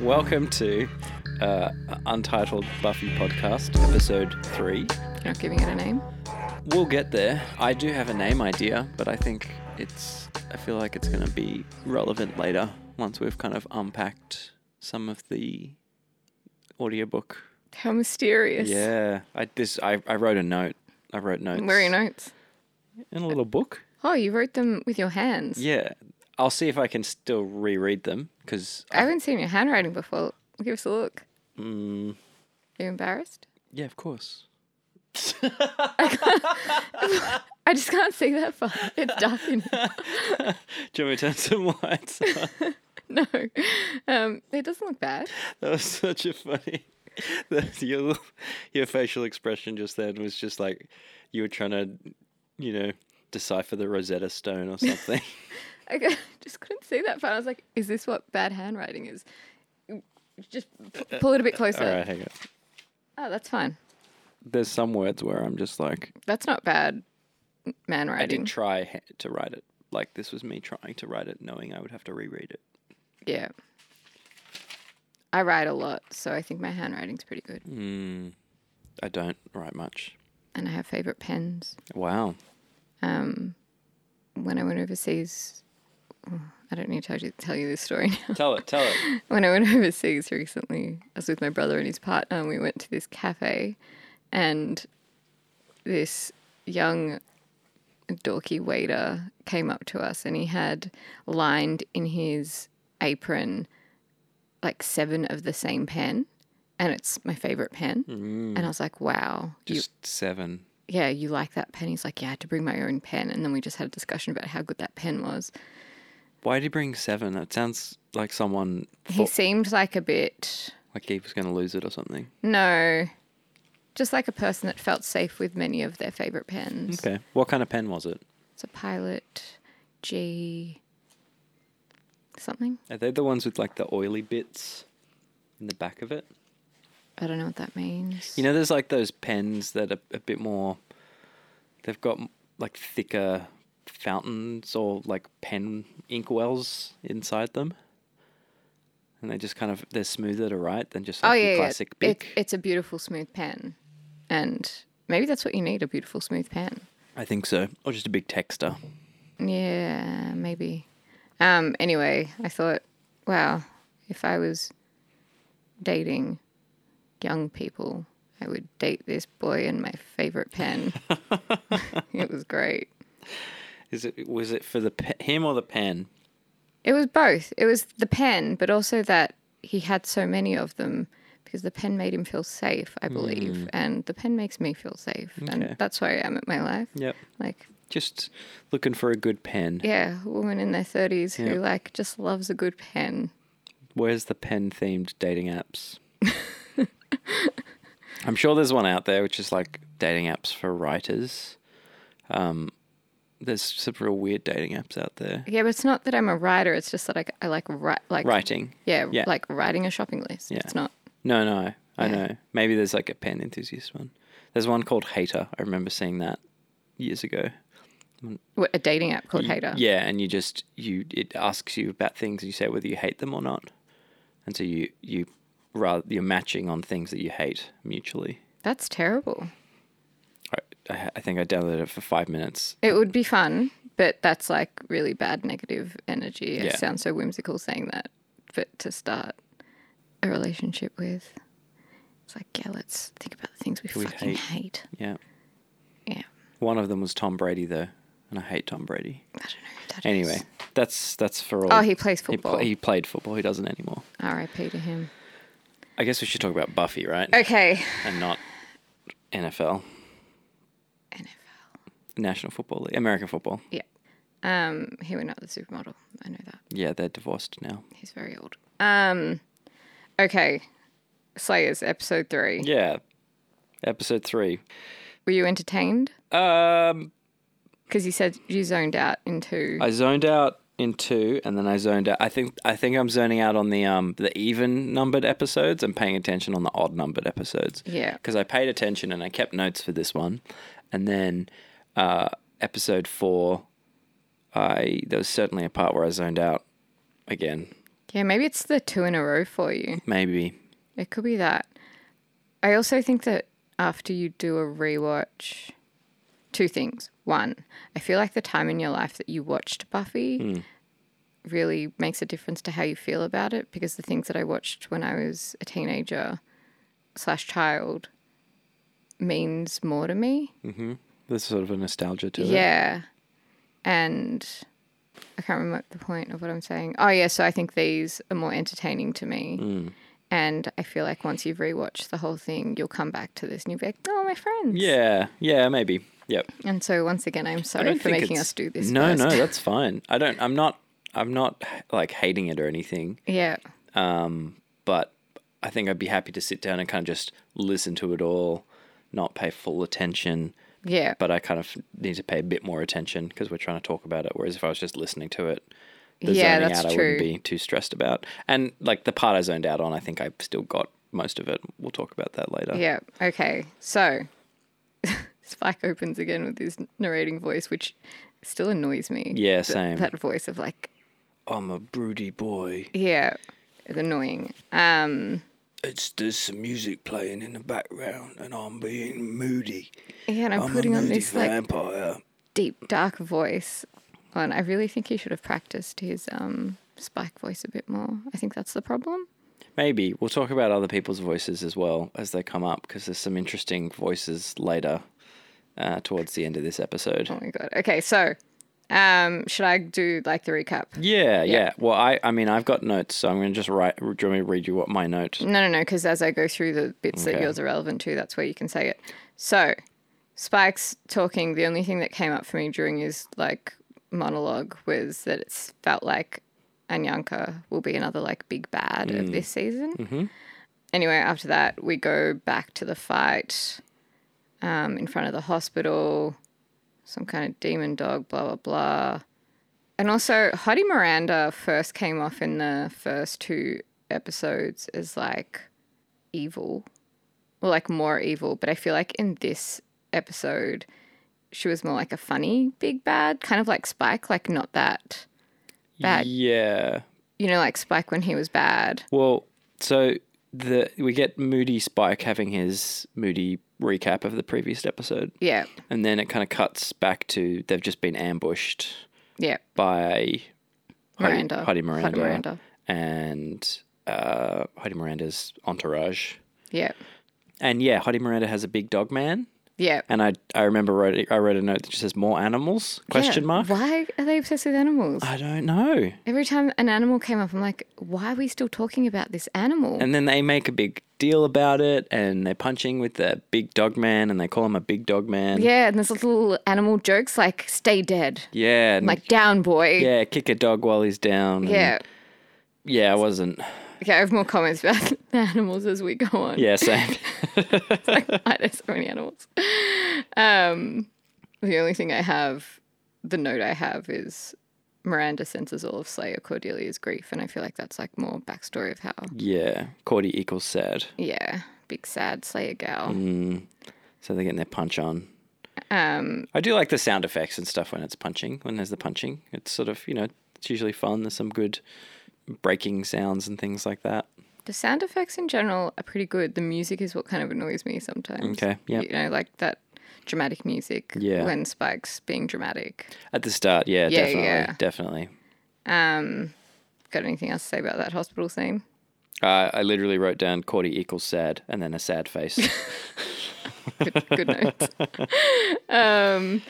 Welcome to uh, Untitled Buffy Podcast, Episode 3. Not giving it a name. We'll get there. I do have a name idea, but I think it's, I feel like it's going to be relevant later once we've kind of unpacked some of the audiobook. How mysterious. Yeah. I, this, I, I wrote a note. I wrote notes. Where are your notes? In a little book. Oh, you wrote them with your hands. Yeah. I'll see if I can still reread them because, I haven't seen your handwriting before. Give us a look. Are you embarrassed? mm, yeah, of course. I just can't see that far. It's dark in here. Do you want me to turn some lights on? No. Um, it doesn't look bad. That was such a funny. That your your facial expression just then was just like you were trying to, you know, decipher the Rosetta Stone or something. I c- just couldn't see that far. I was like, is this what bad handwriting is? Just p- pull it a bit closer. All right, hang on. Oh, that's fine. There's some words where I'm just like That's not bad man I did writing. try ha- to write it. Like this was me trying to write it, knowing I would have to reread it. yeah. I write a lot, so I think my handwriting's pretty good. Mm. I don't write much. And I have favourite pens. Wow. um, when I went overseas, I don't need to tell you, tell you this story now. Tell it. Tell it. When I went overseas recently, I was with my brother and his partner, and we went to this cafe, and this young dorky waiter came up to us, and he had lined in his apron like seven of the same pen, and it's my favorite pen. And I was like, wow, you- Just seven. yeah, you like that pen? He's like, yeah, I had to bring my own pen. And then we just had a discussion about how good that pen was. Why did he bring seven? That sounds like someone He thought, seemed like a bit, like he was going to lose it or something. no, just like a person that felt safe with many of their favorite pens. Okay. What kind of pen was it? It's a Pilot G something. Are they the ones with like the oily bits in the back of it? I don't know what that means. You know, there's like those pens that are a bit more. They've got like thicker fountains or like pen ink wells inside them, and they just kind of they're smoother to write than just like oh, your yeah, yeah. classic It- big. it's a beautiful, smooth pen. And maybe that's what you need a beautiful, smooth pen. I think so, or just a big texter. Yeah, maybe. Um, anyway, I thought, wow, if I was dating young people, I would date this boy in my favorite pen. it was great. Is it was it for the pe- him or the pen? It was both. It was the pen, but also that he had so many of them because the pen made him feel safe, I believe. And the pen makes me feel safe. Hmm. Okay. And that's where I am at my life. Yep. Like, Just looking for a good pen. yeah, a woman in their 30s Yeah. who, like, just loves a good pen. Where's the pen themed dating apps? I'm sure there's one out there which is like dating apps for writers. Um, there's some real weird dating apps out there. Yeah, but it's not that I'm a writer. It's just that I, I like write, like Writing. Yeah, Yeah. like writing a shopping list. Yeah. It's not. No, no, I Yeah. know. Maybe there's like a pen enthusiast one. There's one called Hater. I remember seeing that years ago. What, a dating app called You- Hater. Yeah, and you just you it asks you about things and you say whether you hate them or not. And so you you rather you're matching on things that you hate mutually. That's terrible. I, I- I think I downloaded it for five minutes. It would be fun, but that's like really bad negative energy. Yeah. It sounds so whimsical saying that, but to start a relationship with, it's like yeah, let's think about the things we, We fucking hate. hate. Yeah. Yeah, One of them was Tom Brady, though, and I hate Tom Brady. I don't know. Who that is. Anyway, that's that's for all. Oh, he plays He, football. pla- he played football. He doesn't anymore. R.I.P. to him. I guess we should talk about Buffy, right? Okay. And not NFL, NFL. National Football League, American football. Yeah. Um, he went out with the supermodel. I know that. Yeah, they're divorced now. He's very old. Um, okay. Slayers, episode three. Yeah. Episode three. Were you entertained? Um, Because you said you zoned out into. I zoned out in two, and then I zoned out. I think I think I'm zoning out on the um the even numbered episodes and paying attention on the odd numbered episodes. Yeah. because I paid attention and I kept notes for this one, and then uh, episode four, I there was certainly a part where I zoned out again. Yeah, maybe it's the two in a row for you. Maybe It could be that. I also think that after you do a rewatch, two things. One, I feel like the time in your life that you watched Buffy really makes a difference to how you feel about it because the things that I watched when I was a teenager slash child means more to me. there's sort of a nostalgia to it. Yeah. And I can't remember the point of what I'm saying. Oh, yeah. So I think these are more entertaining to me. Mm. And I feel like once you've rewatched the whole thing, you'll come back to this and you'll be like, oh, my friends. Yeah, yeah, maybe. Yep. And so once again, I'm sorry for making it's- us do this. No, first. no, that's fine. I don't. I'm not. I'm not like hating it or anything. yeah. but I think I'd be happy to sit down and kind of just listen to it all, not pay full attention. Yeah. But I kind of need to pay a bit more attention because we're trying to talk about it. Whereas if I was just listening to it, the Yeah, zoning that's out I true. wouldn't be too stressed about. And like the part I zoned out on, I think I still got most of it. We'll talk about that later. Yeah. Okay. So Spike opens again with his narrating voice, which still annoys me. Yeah, Th- same. That voice of like, I'm a broody boy. yeah, it's annoying. Um, It's there's some music playing in the background, and I'm being moody. yeah, and I'm, I'm putting a on moody this like vampire. deep, dark voice on. I really think he should have practiced his um, Spike voice a bit more. I think that's the problem. Maybe we'll talk about other people's voices as well as they come up because there's some interesting voices later uh, towards the end of this episode. Oh my god. Okay, so um, should I do like the recap? Yeah, yeah. Well, I, I mean, I've got notes, so I'm going to just write. Do you want me to read you what my note? No, no, no, because as I go through the bits that Okay. yours are relevant to, that's where you can say it. So, Spike's talking. The only thing that came up for me during his like monologue was that it felt like Anyanka will be another like big bad of this season. Anyway, after that, we go back to the fight um, in front of the hospital. Some kind of demon dog, blah blah blah. And also, Hottie Miranda first came off in the first two episodes as like evil, or like more evil. But I feel like in this episode, she was more like a funny big bad, kind of like Spike, like not that bad. Yeah. You know, like Spike when he was bad. Well, so the we get Moody Spike having his Moody recap of the previous episode, Yeah, and then it kind of cuts back to they've just been ambushed yeah. by Heidi- Miranda. Heidi Hottie Miranda, Miranda. and uh, Heidi Miranda's entourage. Yeah, And yeah, Hottie Miranda has a big dog man. yeah. And I I remember wrote I wrote a note that just says more animals question Yeah. mark. Why are they obsessed with animals? I don't know. Every time an animal came up, I'm like, why are we still talking about this animal? And then they make a big deal about it, and they're punching with the big dog man, and they call him a big dog man. yeah, and there's little animal jokes like "stay dead," Yeah. and- like "down, boy." yeah, kick a dog while he's down. and- yeah. yeah, I wasn't. Okay, I have more comments about the animals as we go on. Yeah, same. Why there's so many animals. Um, the only thing I have, the note I have is Miranda senses all of Slayer Cordelia's grief, and I feel like that's like more backstory of how. yeah. Cordy equals sad. Yeah, big sad Slayer gal. Mm-hmm. So they're getting their punch on. Um, I do like the sound effects and stuff when it's punching, when there's the punching. It's sort of, you know, it's usually fun. There's some good breaking sounds and things like that. the sound effects in general are pretty good. The music is what kind of annoys me sometimes. Okay, yep. You know, like that dramatic music Yeah. when Spike's being dramatic. At the start, yeah, Yeah, definitely. yeah. Definitely. Um, got anything else to say about that hospital scene? Uh, I literally wrote down Cordy equals sad and then a sad face. good, good notes. um,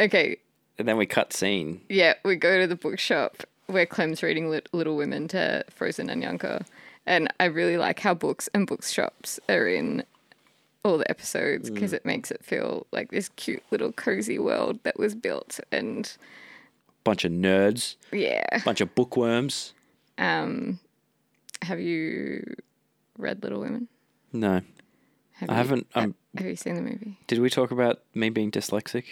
okay, and then we cut scene. yeah, we go to the bookshop where Clem's reading Lit- Little Women to Frozen and Yanka, and I really like how books and bookshops are in all the episodes Mm. because it makes it feel like this cute little cozy world that was built, and Bunch of nerds, yeah. bunch of bookworms. Um, have you read Little Women? No, Have I you- uh, haven't. Um, Have you seen the movie? did we talk about me being dyslexic?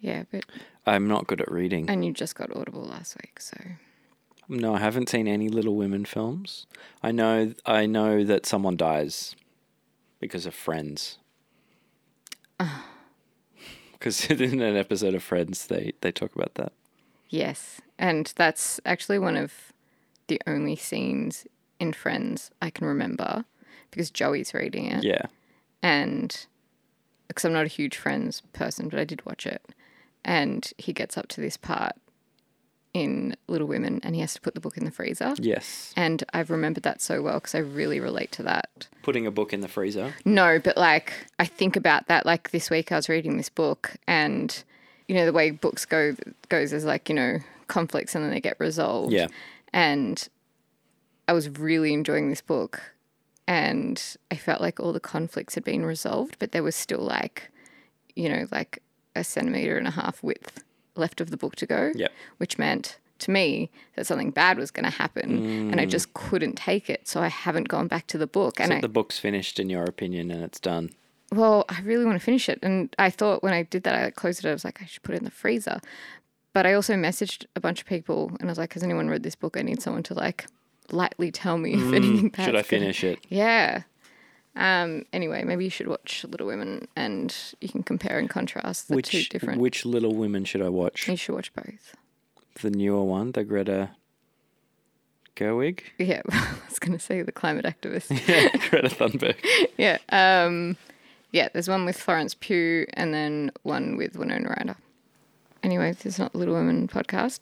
Yeah, but I'm not good at reading. and you just got Audible last week, so No, I haven't seen any Little Women films. I know, I know that someone dies because of Friends. Because in an episode of Friends, they they talk about that. Yes. And that's actually one of the only scenes in Friends I can remember because Joey's reading it. Yeah. And because I'm not a huge Friends person, but I did watch it. And he gets up to this part in Little Women and he has to put the book in the freezer. Yes. And I've remembered that so well because I really relate to that. Putting a book in the freezer. No, but like I think about that. Like this week, I was reading this book, and you know the way books go goes is like you know conflicts, and then they get resolved. Yeah. And I was really enjoying this book, and I felt like all the conflicts had been resolved, but there was still like, you know, like a centimeter and a half width left of the book to go. Yep. Which meant to me that something bad was going to happen, and I just couldn't take it. So I haven't gone back to the book, and So I, the book's finished in your opinion and it's done. well, I really want to finish it. And I thought when I did that, I closed it. I was like, I should put it in the freezer. But I also messaged a bunch of people and I was like, has anyone read this book? I need someone to like lightly tell me if anything bad. Mm, Should I finish it? Yeah. Um, anyway, maybe you should watch Little Women and you can compare and contrast the two Which different. which Little Women should I watch? you should watch both. The newer one, the Greta Gerwig. Yeah, I was going to say the climate activist. Yeah, Greta Thunberg. yeah. Um, yeah, there's one with Florence Pugh and then one with Winona Ryder. Anyway, this is not the Little Women podcast.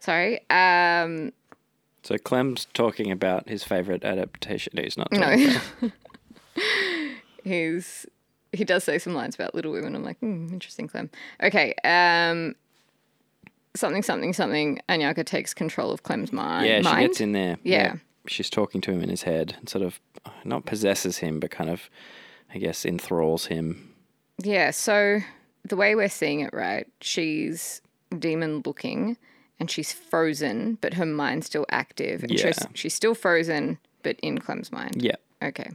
Sorry. Um, So Clem's talking about his favorite adaptation. No, he's not. no. Talking. He's he does say some lines about Little Women. I'm like, hmm, interesting, Clem. Okay. Um, something, something, something. Anyaka takes control of Clem's mind. Yeah, she mind. gets in there. Yeah. She's talking to him in his head and sort of not possesses him, but kind of, I guess, enthralls him. Yeah, so the way we're seeing it, right, she's demon looking and she's frozen, but her mind's still active. And she's, Yeah. she's still frozen, but in Clem's mind. Yeah. Okay.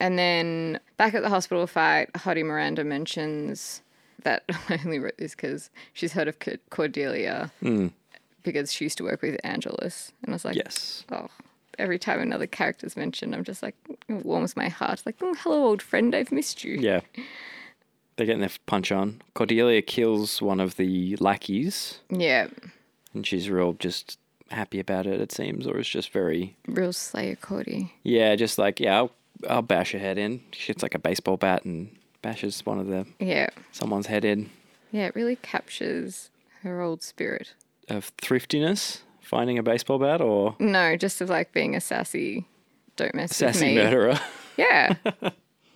And then back at the hospital fight, Hottie Miranda mentions that I only wrote this because she's heard of Cor- Cordelia Mm. because she used to work with Angelus. And I was like, Yes. oh, every time another character's mentioned, I'm just like, it warms my heart. Like, "Oh, hello, old friend, I've missed you. Yeah. They're getting their punch on. Cordelia kills one of the lackeys, yeah. and she's real just happy about it. It seems, or it's just very real Slayer Cody. yeah, just like yeah, I'll, I'll bash her head in. She hits like a baseball bat and bashes one of the Yeah. someone's head in. Yeah, it really captures her old spirit. Of thriftiness, finding a baseball bat, or No, just of like being a sassy, don't mess with sassy me. murderer. Yeah.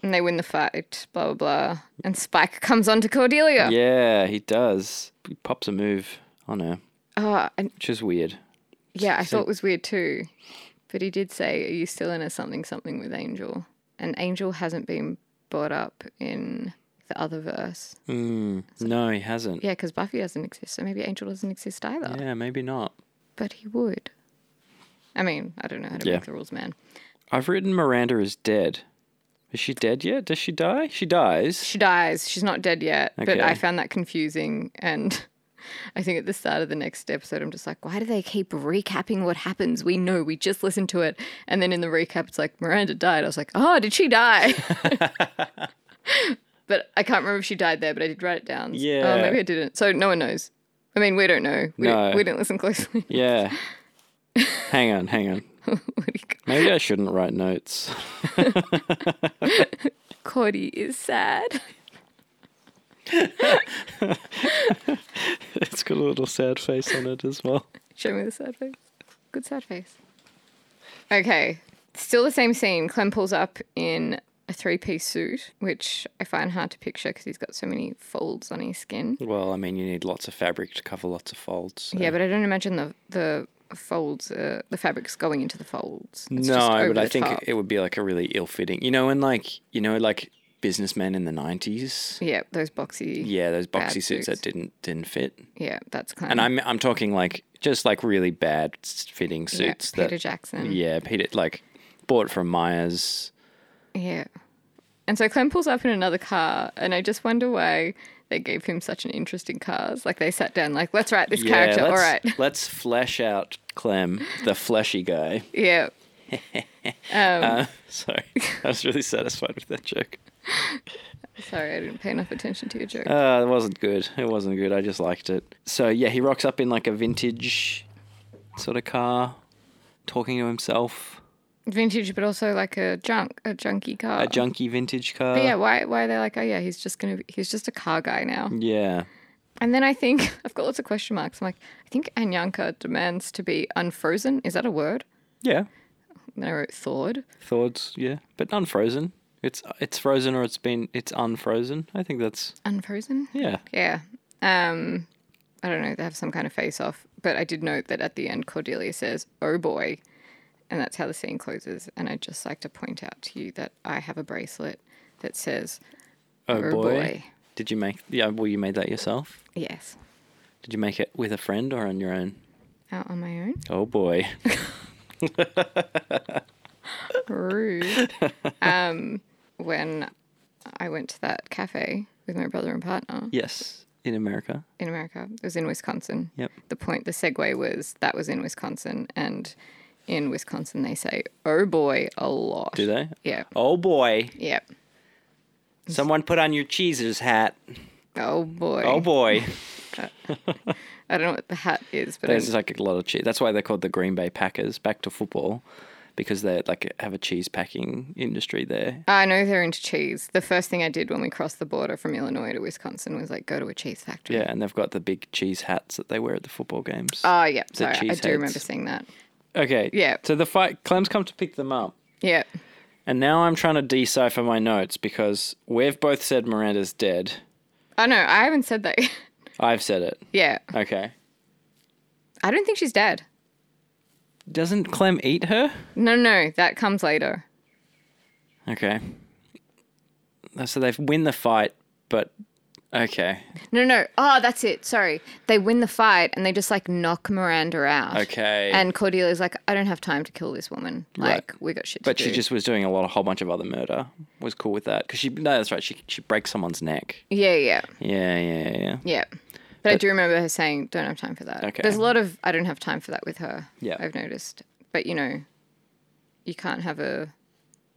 and they win the fight, blah, blah, blah. And Spike comes on to Cordelia. Yeah, he does. He pops a move on her, Oh, and which is weird. yeah, I So- thought it was weird too. But he did say, Are you still in a something something with Angel? And Angel hasn't been brought up in the other verse. Mm, no, he hasn't. Yeah. Yeah, because Buffy doesn't exist. So maybe Angel doesn't exist either. maybe not. But he would. I mean, I don't know how to Yeah. make the rules, man. I've written Miranda is dead. Is she dead yet? Does she die? She dies. She dies. She's not dead yet. But I Okay. found that confusing. And I think at the start of the next episode, I'm just like, why do they keep recapping what happens? We know. We just listened to it. And then in the recap, it's like, Miranda died. I was like, oh, did she die? but I can't remember if she died there, but I did write it down. Yeah. Oh, maybe I didn't. So no one knows. I mean, we don't know. We, No. we didn't listen closely. Yeah. hang on, hang on. Maybe I shouldn't write notes. Cody is sad. it's got a little sad face on it as well. Show me the sad face. Good sad face. Okay. Still the same scene. Clem pulls up in a three piece suit, which I find hard to picture because he's got so many folds on his skin. Well, I mean, you need lots of fabric to cover lots of folds. so- Yeah, but I don't imagine the, the folds, uh, the fabric's going into the folds. It's no, just over but I the think top. it would be like a really ill-fitting. You know, and like you know, like businessmen in the '90s. Yeah, those boxy. Yeah, Yeah, those Bad boxy suits suits. Mm. that didn't didn't fit. that's Clem. And I'm I'm talking like just like really bad s- fitting yeah, suits Peter that Jackson. yeah Peter like bought from Myers. Yeah. And so Clem pulls up in another car, and I just wonder why they gave him such an interest in cars. Like they sat down, like, let's write this yeah, character. All let's, right. let's flesh out Clem, the fleshy guy. Yeah. um, Uh, Sorry, I was really satisfied with that joke. Sorry, I didn't pay enough attention to your joke. Uh, it wasn't good. It wasn't good. I just liked it. So yeah, he rocks up in like a vintage sort of car, talking to himself. Vintage, but also like a junk, a junky car. a junky vintage car. But yeah, why? Why they're like, oh yeah, he's just gonna, be, he's just a car guy now. Yeah. And then I think I've got lots of question marks. I'm like, I think Anyanka demands to be unfrozen. Is that a word? Yeah. And then I wrote thawed. Thords, yeah. But unfrozen. It's it's frozen or it's been it's unfrozen. I think that's Unfrozen. yeah. Yeah. Um, I don't know. They have some kind of face off. But I did note that at the end, Cordelia says, oh boy. And that's how the scene closes. And I'd just like to point out to you that I have a bracelet that says, Oh, Oh, boy. boy. Did you make yeah, well you made that yourself? yes, Did you make it with a friend or on your own? out on my own. Oh boy. Rude. um, when I went to that cafe with my brother and partner yes. In America. in America, it was in Wisconsin. Yep. The point, the segue was that was in Wisconsin. And in Wisconsin, they say, oh boy, a lot. Do they? Yeah. Oh boy. Yeah. Someone put on your cheeses hat. Oh boy. Oh boy. I don't know what the hat is, but There's I, like a lot of cheese. That's why they're called the Green Bay Packers. Back to football, because they like have a cheese packing industry there. I know they're into cheese. The first thing I did when we crossed the border from Illinois to Wisconsin was like go to a cheese factory. Yeah, and they've got the big cheese hats that they wear at the football games. Oh yeah, sorry, I cheese do remember heads. seeing that. okay. yeah. So the fight, Clem's come to pick them up, Yeah, and now I'm trying to decipher my notes because we've both said Miranda's dead. I know. I haven't said that. yet. I've said it. yeah, Okay. I don't think she's dead. Doesn't Clem eat her? No, no, that comes later. Okay. So they win the fight, but okay, No, no. Oh, that's it. Sorry, they win the fight and they just like knock Miranda out. okay. And Cordelia's like, I don't have time to kill this woman. Right. Like, we got shit to But do. she just was doing a lot, a whole bunch of other murder. Was cool with that because she. No, that's right. She she breaks someone's neck. Yeah, yeah. Yeah, yeah, yeah. Yeah. But, I do remember her saying, don't have time for that. Okay. There's a lot of, I don't have time for that with her. Yeah. I've noticed. But, you know, you can't have a,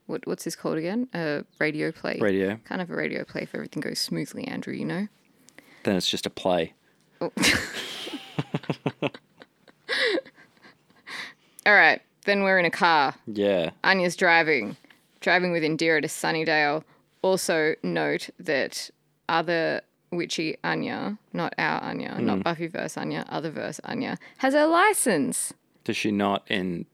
what, what's this called again? A radio play. Radio. Can't have a radio play if everything goes smoothly, Andrew, you know? Then it's just a play. Oh. All right. Then we're in a car. Yeah. Anya's driving, driving with Indira to Sunnydale. Also note that other witchy Anya, not our Anya, not Buffyverse Anya, otherverse Anya, has her license. Does she not in?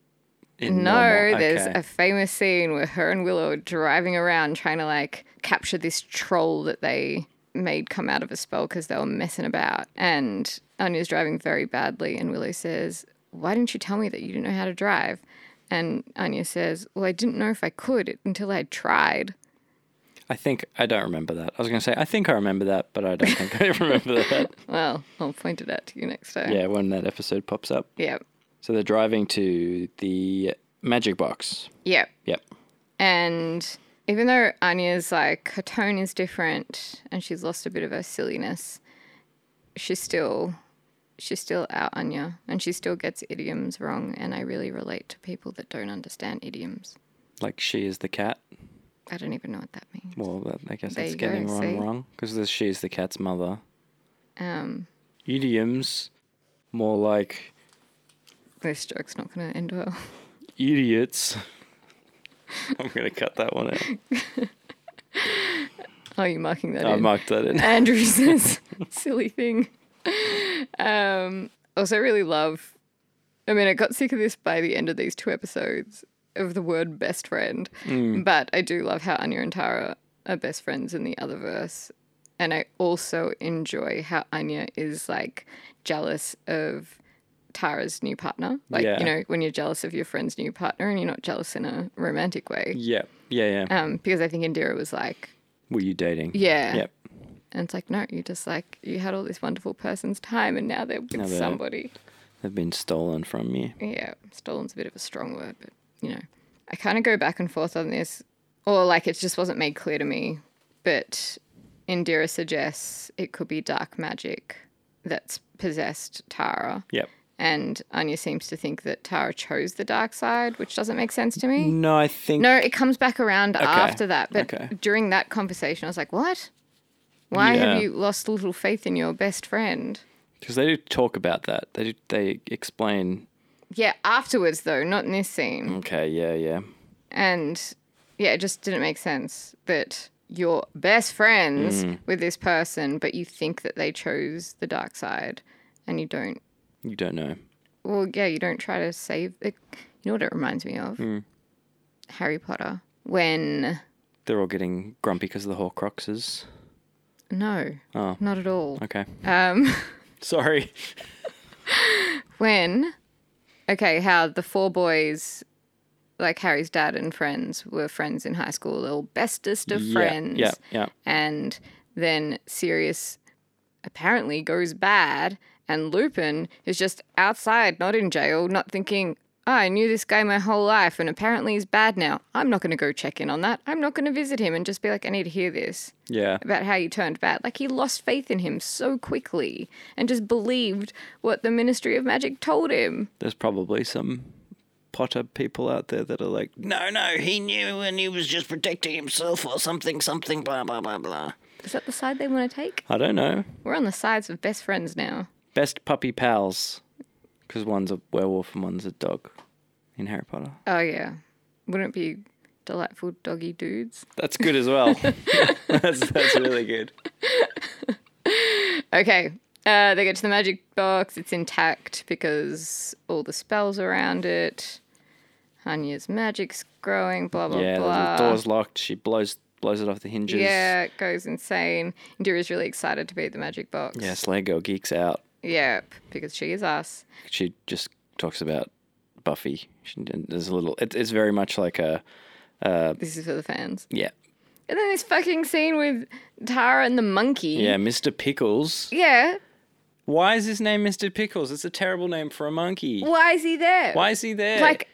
in No, normal- there's okay. a famous scene where her and Willow are driving around trying to like capture this troll that they made come out of a spell because they were messing about. And Anya's driving very badly, and Willow says, Why didn't you tell me that you didn't know how to drive? And Anya says, Well, I didn't know if I could until I tried. I think I don't remember that. I was gonna say I think I remember that, but I don't think I remember that. Well, I'll point it out to you next time. Yeah, when that episode pops up. Yep. So they're driving to the magic box. Yep. Yep. And even though Anya's like, her tone is different and she's lost a bit of her silliness, she's still, she's still our Anya and she still gets idioms wrong. And I really relate to people that don't understand idioms. Like she is the cat. I don't even know what that means. Well, that, I guess There that's you go, getting see? one wrong because she is the cat's mother. Um, Idioms, more like this joke's not going to end well. idiots. I'm gonna cut that one out. Are you marking that I in? marked that in. Andrew says, silly thing. Um, also, really love. I mean, I got sick of this by the end of these two episodes of the word best friend, but I do love how Anya and Tara are best friends in the other verse. And I also enjoy how Anya is like jealous of Tara's new partner. Like, Yeah. you know, when you're jealous of your friend's new partner and you're not jealous in a romantic way. Yeah, yeah, yeah. Um, because I think Indira was like, Were you dating? yeah, Yep. and it's like, no, you just like, you had all this wonderful person's time and now they're with Now they're- somebody. They've been stolen from you. Yeah, stolen's a bit of a strong word, but you know. I kind of go back and forth on this, or like it just wasn't made clear to me. But Indira suggests it could be dark magic that's possessed Tara Yep. And Anya seems to think that Tara chose the dark side, which doesn't make sense to me. No, I think No, it comes back around after that. But okay. during that conversation, I was like, what? Why Yeah. have you lost little faith in your best friend? because they do talk about that. They do, they explain. Yeah, afterwards, though, not in this scene. Okay, yeah, yeah, And yeah, it just didn't make sense that you're best friends Mm. with this person, but you think that they chose the dark side and you don't. you don't know. Well, yeah, you don't try to save. It. You know what it reminds me of? Mm. Harry Potter. When. They're all getting grumpy because of the Horcruxes. No, Oh. not at all. Okay, Um, sorry. when. Okay, how the four boys, like Harry's dad and friends, were friends in high school, all bestest of friends. Yeah, yeah, and then Sirius apparently goes bad, and Lupin is just outside, not in jail, not thinking, oh, I knew this guy my whole life, and apparently he's bad now. I'm not going to go check in on that. I'm not going to visit him and just be like, I need to hear this yeah, about how you turned bad. Like, he lost faith in him so quickly and just believed what the Ministry of Magic told him. There's probably some Potter people out there that are like, no, no, he knew and he was just protecting himself or something, something, blah, blah, blah, blah. Is that the side they want to take? I don't know. We're on the sides of best friends now. Best puppy pals. Because one's a werewolf and one's a dog in Harry Potter. Oh, yeah. Wouldn't it be delightful doggy dudes? That's good as well. that's, that's really good. Okay. Uh, they get to the magic box. It's intact because all the spells around it. Hanya's magic's growing. Blah blah yeah, Oh, blah. the door's locked. She blows blows it off the hinges. yeah, it goes insane. Indira's really excited to be at the magic box. Yeah, Slay Girl geeks out. Yep, because she is us. she just talks about Buffy. She, and there's a little. It, it's very much like a This is for the fans. yeah, And then this fucking scene with Tara and the monkey. yeah. Mr. Pickles. Yeah. Why is his name Mr. Pickles? It's a terrible name for a monkey. Why is he there? Why is he there? Like,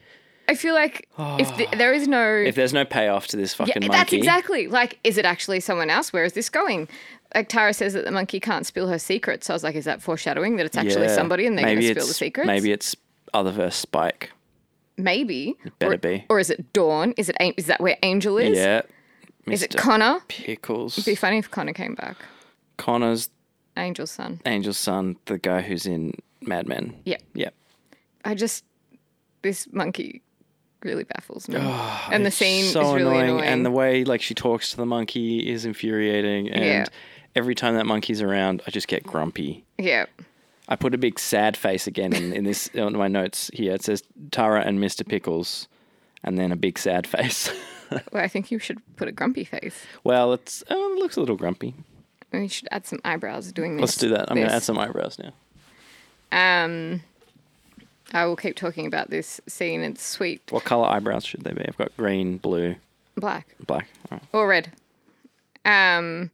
I feel like if th- there is no if there's no payoff to this Yeah, fucking that's monkey, exactly. Like, is it actually someone else? Where is this going? Like Tara says that the monkey can't spill her secrets. So I was like, is that foreshadowing that it's actually Yeah. somebody and they're going Maybe to spill the it's- secrets? Maybe it's Otherverse Spike. maybe. better or, be. Or is it Dawn? Is it An- is that where Angel is? yeah, Mr. Is it Connor? Pickles? It'd be funny if Connor came back. Connor's Angel's son. Angel's son, the guy who's in Mad Men. Yeah. Yeah. I just this monkey really baffles me, and the It's scene is really annoying. and the way like she talks to the monkey is infuriating and Yeah. every time that monkey's around i just get grumpy yeah, i put a big sad face again in, in this on my notes here it says tara and mr pickles and then a big sad face well, I think you should put a grumpy face. well it's oh, it looks a little grumpy And you should add some eyebrows doing this. let's do that i'm this. gonna add some eyebrows now Um, I will keep talking about this scene. It's sweet what color eyebrows should they be i've got green blue black black uh, All right. or red. Um,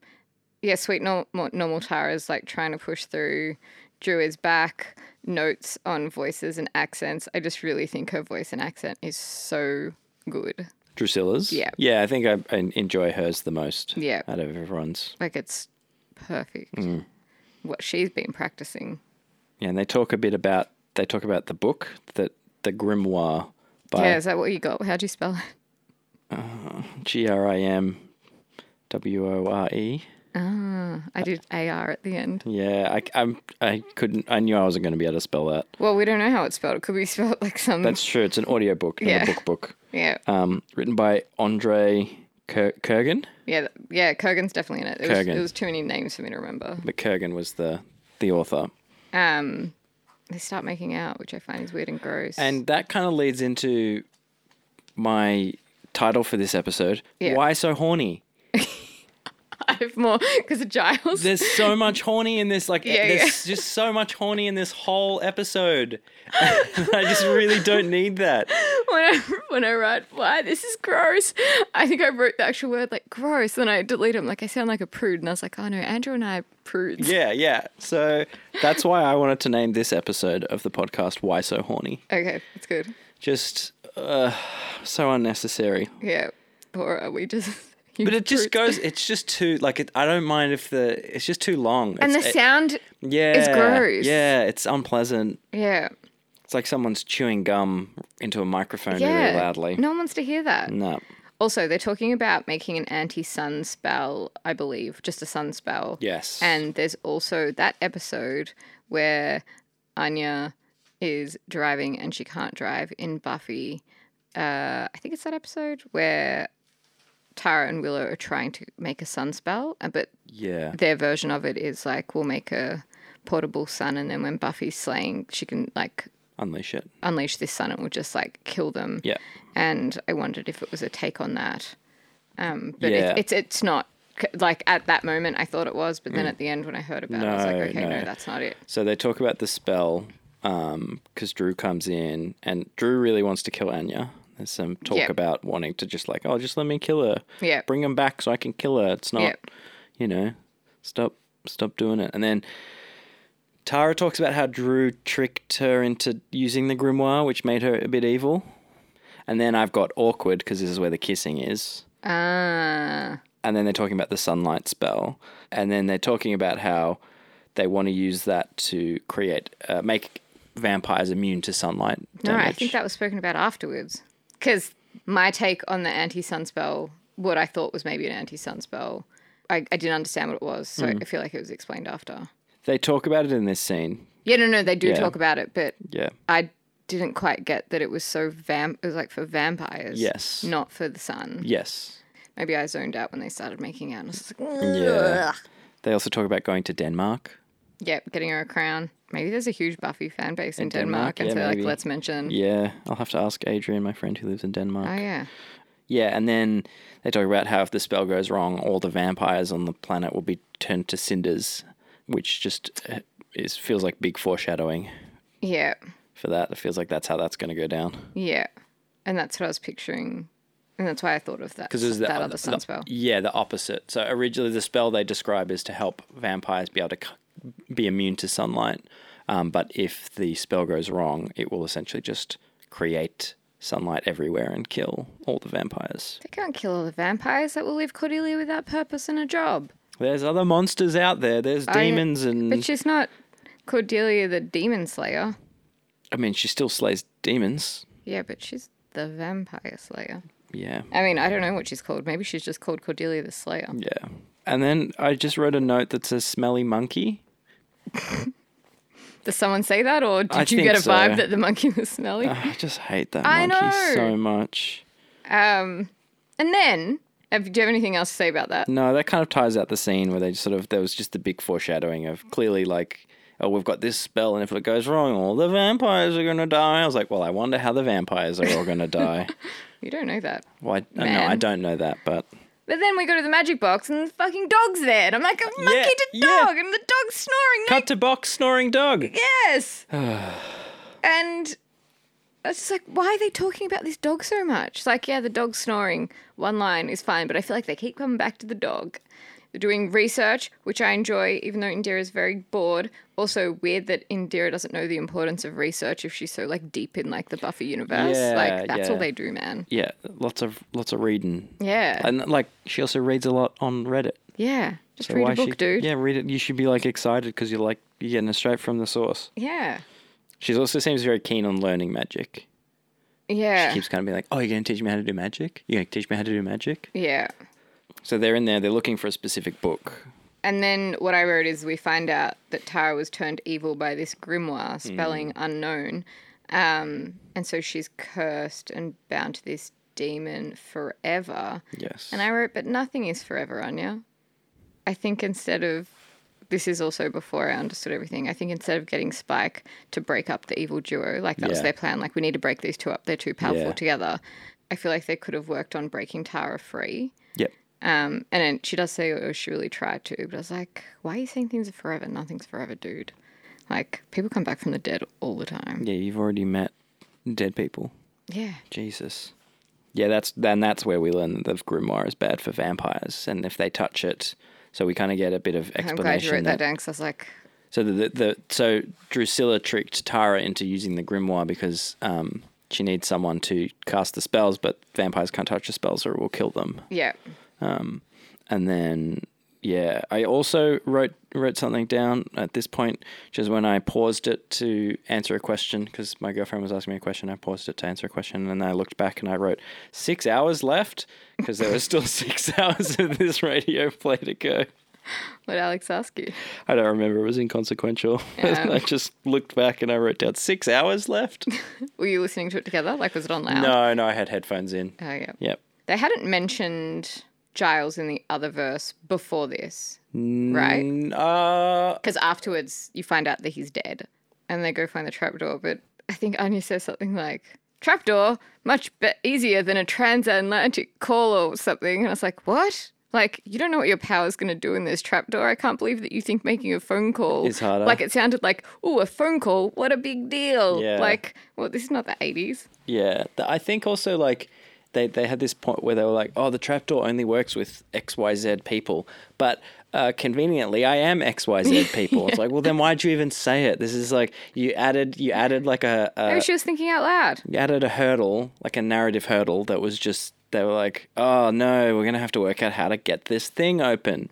yeah, sweet normal, normal Tara is like trying to push through. Drew is back. Notes on voices and accents. I just really think her voice and accent is so good. drusilla's Yeah. yeah i think I, I enjoy hers the most Yeah. out of everyone's Like it's perfect. Hmm. What she's been practicing. Yeah, and they talk a bit about they talk about the book that the grimoire Yeah, by is that what you got? How'd you spell it? G R I M W O R E. I did AR at the end. Yeah, I I'm, I couldn't I knew I wasn't going to be able to spell that. Well, we don't know how it's spelled. It could be spelled like some. That's true. It's an audiobook, not Yeah. a book book. yeah. Um, written by Andre Ker- Kurgan. Yeah, th- yeah, Kurgan's definitely in it. It was, Kurgan. it was too many names for me to remember. But Kurgan was the the author. Um, they start making out, which I find is weird and gross. And that kind of leads into my title for this episode. Yeah. Why so horny? I have more because of Giles. There's so much horny in this. Like, Yeah, there's just so much horny in this whole episode. I just really don't need that. when I when I write, why this is gross. I think I wrote the actual word like gross, and I deleted them. Like I sound like a prude, and I was like, oh no, Andrew and I are prudes. Yeah, yeah. So that's why I wanted to name this episode of the podcast "Why So Horny." Okay, that's good. Just uh, so unnecessary. Yeah, or are we just you But it just goes. brutes. It's just too like it, I don't mind if the it's just too long. And the It's- it- sound, yeah, gross. Yeah, it's unpleasant. yeah, It's like someone's chewing gum into a microphone yeah, really loudly. No one wants to hear that. No. Also, they're talking about making an anti-sun spell, I believe, just a sun spell. Yes. And there's also that episode where Anya is driving and she can't drive in Buffy. Uh, I think it's that episode where Tara and Willow are trying to make a sun spell, uh, but yeah. their version of it is like we'll make a portable sun, and then when Buffy's slaying, she can like Unleash it. unleash this sun and will just like kill them. Yeah. And I wondered if it was a take on that. Um, but Yeah. it, it's it's not C- like at that moment I thought it was, but then at the end when I heard about it, I was Mm. No, like, okay, no, no. that's not it. So they talk about the spell because Drew comes in and Drew really wants to kill Anya. There's some talk Yep. about wanting to just like, oh, just let me kill her. Yeah. Bring him back so I can kill her. It's not, Yep. you know, stop, stop doing it. And then Tara talks about how Drew tricked her into using the grimoire, which made her a bit evil. And then I've got awkward because this is where the kissing is Ah, and then they're talking about the sunlight spell, and then they're talking about how they want to use that to create, uh, make vampires immune to sunlight. no, Damage. I think that was spoken about afterwards. Because my take on the anti sun spell, what I thought was maybe an anti sun spell, I, I didn't understand what it was, so Mm. I feel like it was explained after. they talk about it in this scene. Yeah, no, no, they do Yeah. talk about it, but Yeah, I didn't quite get that it was so vamp. It was like for vampires, Yes. not for the sun. yes, Maybe I zoned out when they started making out. And I was just like, "Mm, yeah. "Ugh." They also talk about going to Denmark. yep, getting her a crown. Maybe there's a huge Buffy fan base in, Denmark, Denmark, and yeah, so like, maybe. let's mention. Yeah, I'll have to ask Adrian, my friend who lives in Denmark. Oh yeah, Yeah, and then they talk about how if the spell goes wrong, all the vampires on the planet will be turned to cinders, which just uh, is feels like big foreshadowing yeah, for that. It feels like that's how that's going to go down. yeah, and that's what I was picturing, and that's why I thought of that. because it was the, that uh, other the- sun spell. Yeah, the opposite. So originally, the spell they describe is to help vampires be able to c- be immune to sunlight. Um, but if the spell goes wrong, it will essentially just create sunlight everywhere and kill all the vampires. They can't kill all the vampires that will leave Cordelia without purpose and a job. There's other monsters out there. There's demons, and But she's not Cordelia the demon slayer. I mean, she still slays demons. Yeah, but she's the vampire slayer. Yeah, I mean, I don't know what she's called. Maybe she's just called Cordelia the Slayer. yeah. And then I just wrote a note that says "smelly monkey." Did someone say that, or did I you get a think so. vibe that the monkey was smelly? Ah, I just hate that I monkey know. so much. Um, and then, have, do you have anything else to say about that? No, that kind of ties out the scene where they sort of there was just the big foreshadowing of clearly like, oh, we've got this spell, and if it goes wrong, all the vampires are gonna die. I was like, well, I wonder how the vampires are all gonna die. You don't know that. Why? no, Man. I don't know that, but But then we go to the magic box, and the fucking dog's there, and I'm like, a monkey to yeah. dog, and the dog's snoring. No, cut to box snoring dog. yes. and I was just like, why are they talking about this dog so much? Like, yeah, the dog snoring one line is fine, but I feel like they keep coming back to the dog. They're doing research, which I enjoy, even though Indira is very bored. Also, weird that Indira doesn't know the importance of research if she's so like deep in like the Buffy universe. Yeah, like, that's all yeah. they do, man. Yeah, lots of lots of reading, Yeah, and like she also reads a lot on Reddit. yeah. Just read a book, she, dude. Yeah, read it. You should be like excited because you're like you're getting it straight from the source. yeah, She also seems very keen on learning magic. She yeah, keeps kind of being like, "Oh, you're gonna teach me how to do magic? You're gonna teach me how to do magic?" yeah. So they're in there, they're looking for a specific book. And then what I wrote is we find out that Tara was turned evil by this grimoire, Hmm. spelling unknown. Um, and so she's cursed and bound to this demon forever. Yes. And I wrote, but nothing is forever, Anya. I think instead of this is also before I understood everything. I think instead of getting Spike to break up the evil duo, like that was Yeah. their plan, like we need to break these two up, they're too powerful Yeah. together. I feel like they could have worked on breaking Tara free. Yep. Um, and then she does say, oh, she really tried to, but I was like, why are you saying things are forever? Nothing's forever, dude. Like, people come back from the dead all the time. Yeah, you've already met dead people. Yeah. Jesus. Yeah, that's then that's where we learn that the grimoire is bad for vampires, and if they touch it, so we kind of get a bit of I'm explanation. glad you wrote that, that- down 'cause down because I was like, So the, the, the so Drusilla tricked Tara into using the grimoire because um, she needs someone to cast the spells, but vampires can't touch the spells or it will kill them. yeah. Um, and then yeah, I also wrote wrote something down at this point, which is when I paused it to answer a question because my girlfriend was asking me a question. I paused it to answer a question, and then I looked back and I wrote six hours left because there was still six hours of this radio play to go. What Alex ask you? I don't remember; it was inconsequential. Yeah. I just looked back and I wrote down six hours left. Were you listening to it together? Like, was it on loud? no, no, I had headphones in. Oh, yeah. Yep. They hadn't mentioned Giles in the other verse before this, right? Mm, Uh, Because afterwards you find out that he's dead and they go find the trapdoor. But I think Anya says something like, Trapdoor, much be- easier than a transatlantic call or something. And I was like, What? Like, you don't know what your power's going to do in this trapdoor. I can't believe that you think making a phone call Is harder. Like, it sounded like, Oh, a phone call? What a big deal. Yeah. Like, well, this is not the 80s. Yeah, Th- I think also like they they had this point where they were like, "Oh, the trapdoor only works with X Y Z people," but uh, conveniently, I am X Y Z people. It's like, well, then why'd you even say it? This is like you added you added like a, Maybe a she was thinking out loud. you added a hurdle, like a narrative hurdle that was just they were like, "Oh no, we're gonna have to work out how to get this thing open."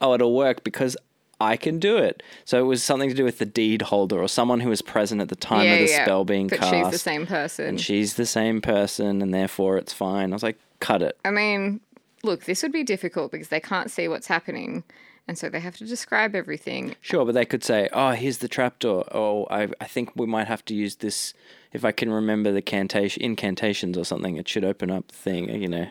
Oh, it'll work because. I can do it. So it was something to do with the deed holder or someone who was present at the time of the spell being but cast. she's the same person. And Mm. she's the same person, and therefore it's fine. I was like, cut it. I mean, look, this would be difficult because they can't see what's happening. And so they have to describe everything. Sure, but they could say, oh, here's the trapdoor. Oh, I, I think we might have to use this. If I can remember the cantation, incantations or something, it should open up the thing, you know.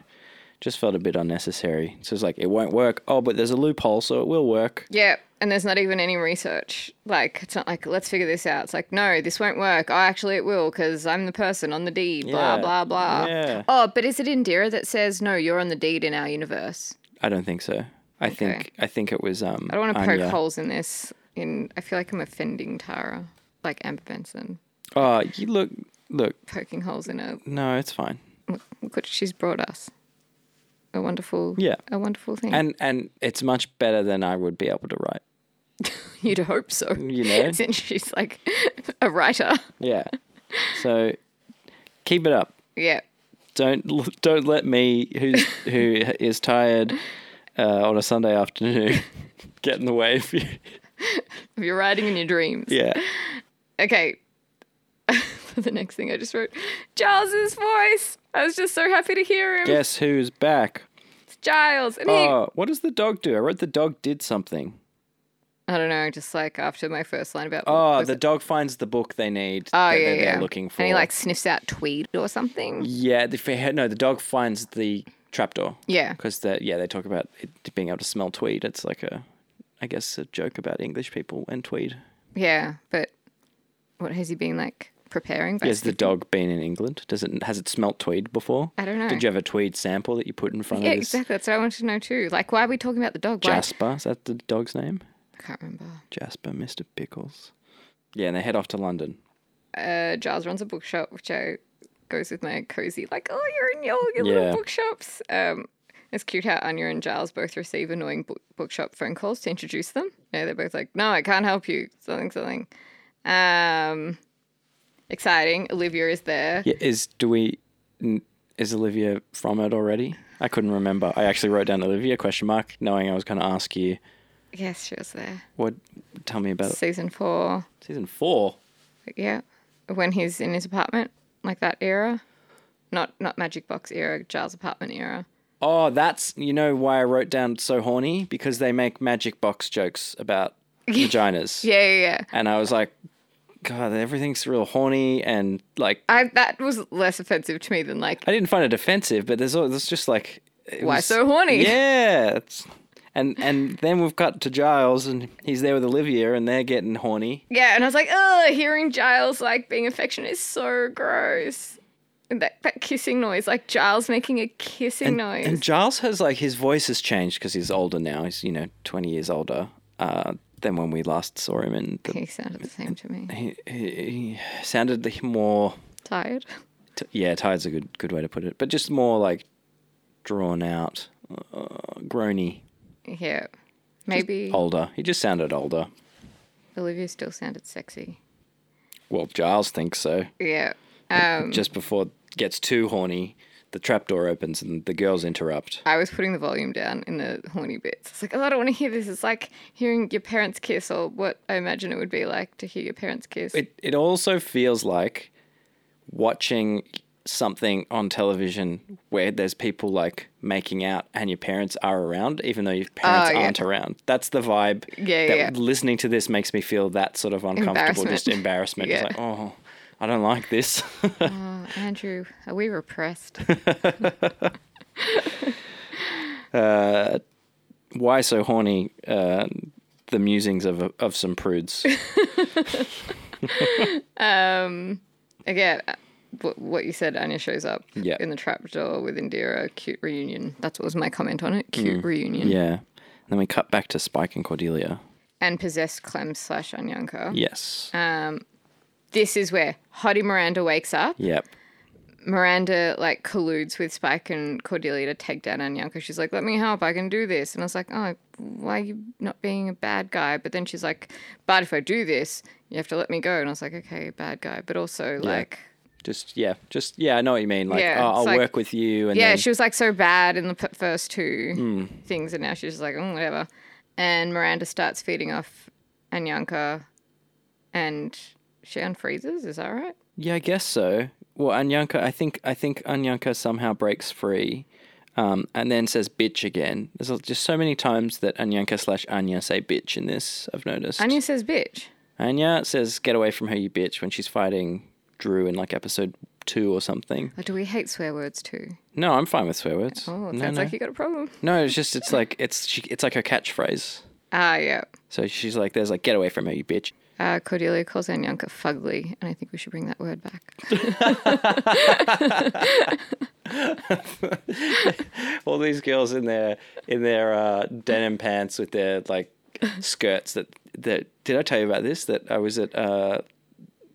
Just felt a bit unnecessary. So it's like, it won't work. Oh, but there's a loophole, so it will work. Yeah. And there's not even any research. Like, it's not like, let's figure this out. It's like, no, this won't work. Oh, actually, it will because I'm the person on the deed, blah, Yeah. blah, blah. Yeah. Oh, but is it Indira that says, no, you're on the deed in our universe? I don't think so. I Okay. think I think it was. Um, I don't want to poke Anya. holes in this. In I feel like I'm offending Tara, like Amber Benson, Oh, you look, look. poking holes in her. No, it's fine. Look, look what she's brought us. A wonderful, Yeah. a wonderful thing. And and it's much better than I would be able to write. You'd hope so. You know? Since she's like a writer. Yeah. So keep it up. Yeah. Don't don't let me who's who is tired uh, on a Sunday afternoon get in the way of you. If you're writing in your dreams. Yeah. Okay. For the next thing I just wrote Giles's voice. I was just so happy to hear him. Guess who's back? It's Giles. And he Oh, what does the dog do? I wrote the dog did something. I don't know, just like after my first line about Oh, was the it- dog finds the book they need. Oh, that yeah, they're, yeah. they're looking for. And he like sniffs out tweed or something. yeah, the, fa- no, the dog finds the trapdoor. Yeah. Because they yeah, they talk about it being able to smell tweed. It's like a, I guess a joke about English people and tweed. Yeah. But what has he been like preparing? Has the basically? dog been in England? Does it has it smelt tweed before? I don't know. Did you have a tweed sample that you put in front yeah, of this exactly. That's what I wanted to know too. Like, why are we talking about the dog? Why? Jasper? Is that the dog's name? I can't remember. Jasper, Mister Pickles. Yeah, and they head off to London. uh, Giles runs a bookshop, which I goes with my cozy, like, oh, you're in your, your little Yeah. bookshops. Um, it's cute how Anya and Giles both receive annoying book, bookshop phone calls to introduce them. You know, they're both like, no, I can't help you, something, something. Um, exciting. Olivia is there. Yeah, is do we? n- Is Olivia from it already? I couldn't remember. I actually wrote down Olivia question mark, knowing I was going to ask you Yes, she was there. what. Tell me about it. Season four. season four. Yeah. When he's in his apartment, like that era. Not not magic box era, Giles apartment era. Oh, that's you know why I wrote down so horny because they make magic box jokes about vaginas. Yeah, yeah, yeah. and I was like, God, everything's real horny and like I that was less offensive to me than like I didn't find it offensive, but there's all there's just like it Why so horny? Yeah, it's, and and then we've cut to Giles and he's there with Olivia and they're getting horny. Yeah, and I was like, oh, hearing Giles like being affectionate is so gross. And that, that kissing noise, like Giles making a kissing noise. And Giles has like his voice has changed because he's older now. He's you know twenty years older uh, than when we last saw him, and the, he sounded the same to me. he, he, he sounded the- more Tired. t- yeah, tired's a good good way to put it, but just more like drawn out, uh, groany. Yeah. Maybe older. He just sounded older. Olivia still sounded sexy. Well, Giles thinks so. Yeah. Um, Just before it gets too horny, the the trap door opens and the girls interrupt. I was putting the volume down in the horny bits. It's like, oh, I don't want to hear this. It's like hearing your parents kiss, or what I imagine it would be like to hear your parents kiss. It it also feels like watching something on television where there's people like making out and your parents are around, even though your parents Oh, yeah. aren't around. That's the vibe. Yeah, that yeah. Listening to this makes me feel that sort of uncomfortable, just embarrassment. Yeah. It's like, oh, I don't like this. oh, Andrew, are we repressed? Why so horny? Uh, the musings of of some prudes. Again, uh, wh- what you said, Anya shows up Yeah. in the trapdoor with Indira. Cute reunion. That's what was my comment on it. Cute reunion. Mm. yeah. And then we cut back to Spike and Cordelia. And possessed Clem slash Anyanka. Yes. This is where Hottie Miranda wakes up. yep. Miranda like colludes with Spike and Cordelia to take down Anyanka. She's like, "Let me help. I can do this." And I was like, "Oh, why are you not being a bad guy?" But then she's like, "But if I do this, you have to let me go." And I was like, "Okay, bad guy." But also like, Just yeah. Just yeah. I know what you mean. Like Yeah, oh, it's I'll like- work with you. And yeah, then, she was like so bad in the p- first two things, and now she's just like, "Mm, whatever." And Miranda starts feeding off Anyanka, and she unfreezes. Is that right? Yeah, I guess so. Well, Anyanka, I think I think Anyanka somehow breaks free, um, and then says "bitch" again. There's just so many times that Anyanka slash Anya say "bitch" in this. I've noticed. Anya says, "Bitch." Anya says "get away from her, you bitch" when she's fighting Drew in like episode two or something. Oh, do we hate swear words too? No, I'm fine with swear words. Oh, it no, sounds no. like you got a problem. no, it's just it's like it's she, it's like her catchphrase. Ah, yeah. So she's like, "There's like get away from her, you bitch." Uh, Cordelia calls Anyanka fugly, and I think we should bring that word back. all these girls in their in their uh, denim pants with their like skirts that that did I tell you about this that I was at uh,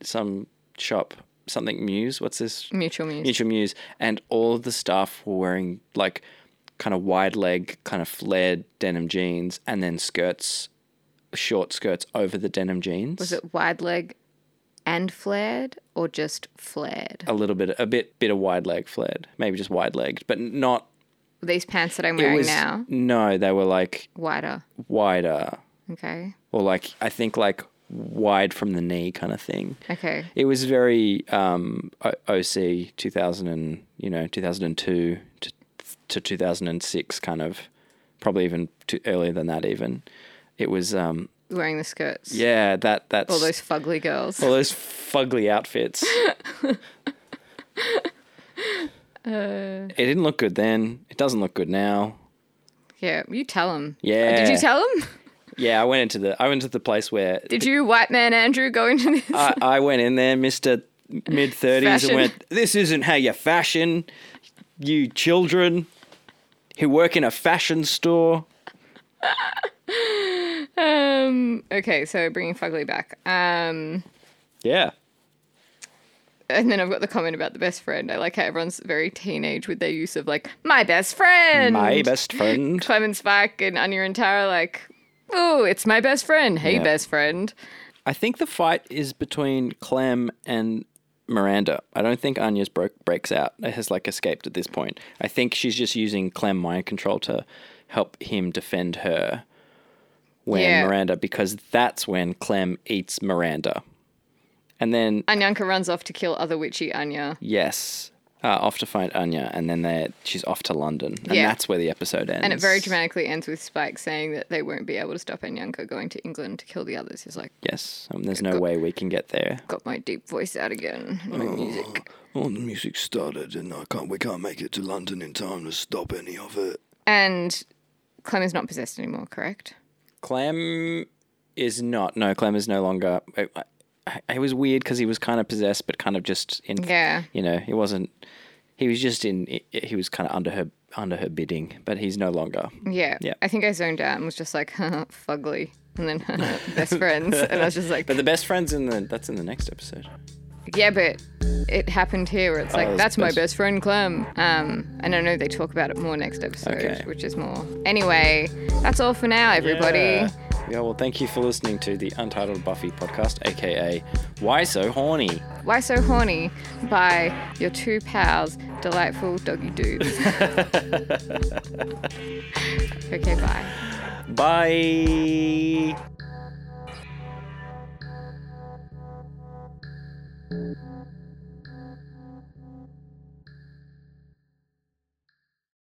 some shop something Muse what's this Mutual muse. Mutual Muse and all of the staff were wearing like kind of wide leg kind of flared denim jeans and then skirts short skirts over the denim jeans Was it wide leg and flared, or just flared? a little bit a bit bit of wide leg flared maybe just wide legged but not These pants that I'm it wearing was now, no they were like wider. wider Okay. or like I think like wide from the knee kind of thing. Okay. It was very um, O- OC 2000 and you know 2002 to, to 2006 kind of, probably even to, earlier than that even. It was um, Wearing the skirts. yeah that that's All those fugly girls. all those fugly outfits. it didn't look good then. It doesn't look good now. Yeah. You tell them. Yeah. Oh, Did you tell them? Yeah, I went into the I went to the place where Did you, white man Andrew, go into this? I, I went in there, Mister Mid Thirties, and Fashion. went, "This isn't how you fashion, you children who work in a fashion store." um. Okay. So bringing fugly back. Um. Yeah, And then I've got the comment about the best friend. I like how everyone's very teenage with their use of like my best friend. my best friend. Clem and Spike and Anya and Tara like, oh, it's my best friend. Hey, Yeah. best friend. I think the fight is between Clem and Miranda. I don't think Anya's broke breaks out. It has like escaped at this point. I think she's just using Clem mind control to help him defend her. When Yeah. Miranda, because that's when Clem eats Miranda, and then Anyanka runs off to kill other witchy Anya. Yes. Uh, off to find Anya, and then they she's off to London, and Yeah. that's where the episode ends. And it very dramatically ends with Spike saying that they won't be able to stop Anyanka going to England to kill the others. He's like, Yes, um, there's no way we can get there. got my deep voice out again. and My Oh. music. All the music started, and I can't. We can't make it to London in time to stop any of it. And Clem is not possessed anymore, correct? Clem is not. No, Clem is no longer. It, it was weird because he was kind of possessed, but kind of just in. Yeah. You know, he wasn't. He was just in. He was kind of under her under her bidding, but he's no longer. Yeah. Yeah. I think I zoned out and was just like, fugly. And then best friends. And I was just like, But the best friends in the that's in the next episode. yeah, but it happened here where it's like, it's that's my best- best friend, Clem. Um, and I know they talk about it more next episode, Okay. which is more. Anyway, that's all for now, everybody. Yeah. yeah, well, thank you for listening to the Untitled Buffy podcast, aka Why So Horny. Why So Horny by your two pals, delightful doggy dudes. okay, bye. Bye.